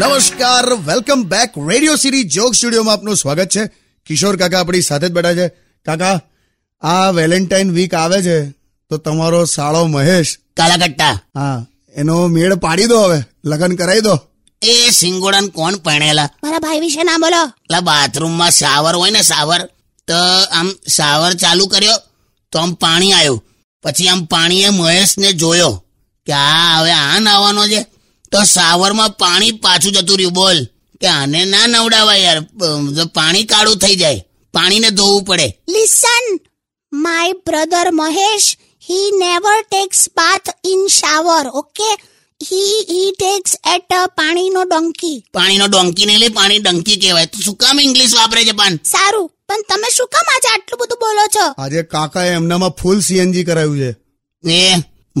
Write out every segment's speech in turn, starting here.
નમસ્કાર welcome back radio city joke સ્ટુડિયોમાં આપનું સ્વાગત છે કિશોર કાકા આપણી સાથે જ બેઠા છે કાકા આ વેલેન્ટાઇન વીક આવે છે તો તમારો સાળો મહેશ કાલાકટ્ટા હા એનો મેળ પાડી દો હવે લગ્ન કરાવી દો એ સિંગોડાને કોણ પરણેલા મારા ભાઈ વિશે ના બોલો એટલે બાથરૂમમાં શાવર હોય ને શાવર તો આમ શાવર ચાલુ કર્યો તો આમ પાણી આવ્યું પછી આમ પાણીએ મહેશને જોયો કે આ હવે આ નાવાનો છે તો શાવરમાં પાણી પાછું જતું રહ્યું બોલ કે આને ના નવડાવાય યાર અમ, જો પાણી કાળું થઈ જાય પાણીને ધોવું પડે listen my brother Mahesh he never takes bath in shower okay he he takes at પાણીનો ડોંકી પાણીનો ડોંકી નહીં લે પાણી ડંકી કહેવાય તો શું કામ ઇંગ્લિશ વાપરે છે પાન સારું પણ તમે શું કામ આજે આટલું બધું બોલો છો આજે કાકાએ એમનામાં ફૂલ સીએનજી કરાવ્યું છે એ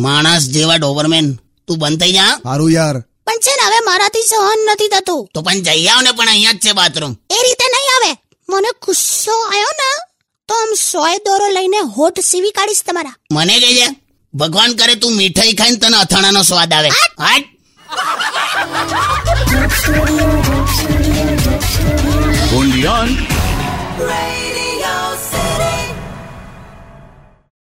માણસ જેવા ડોબરમેન તું બંધ થઈ જા સારું યાર પણ છે ને હવે મારાથી સહન નથી થતું તો પણ જઈ આવ ને પણ અહીંયા જ છે બાથરૂમ એ રીતે નહીં આવે મને ગુસ્સો આવ્યો ને તો આમ સોય દોરો લઈને હોઠ સીવી કાઢીશ તમારા મને કહે છે ભગવાન કરે તું મીઠાઈ ખાઈને તને અથાણાનો સ્વાદ આવે હટ Only on Radio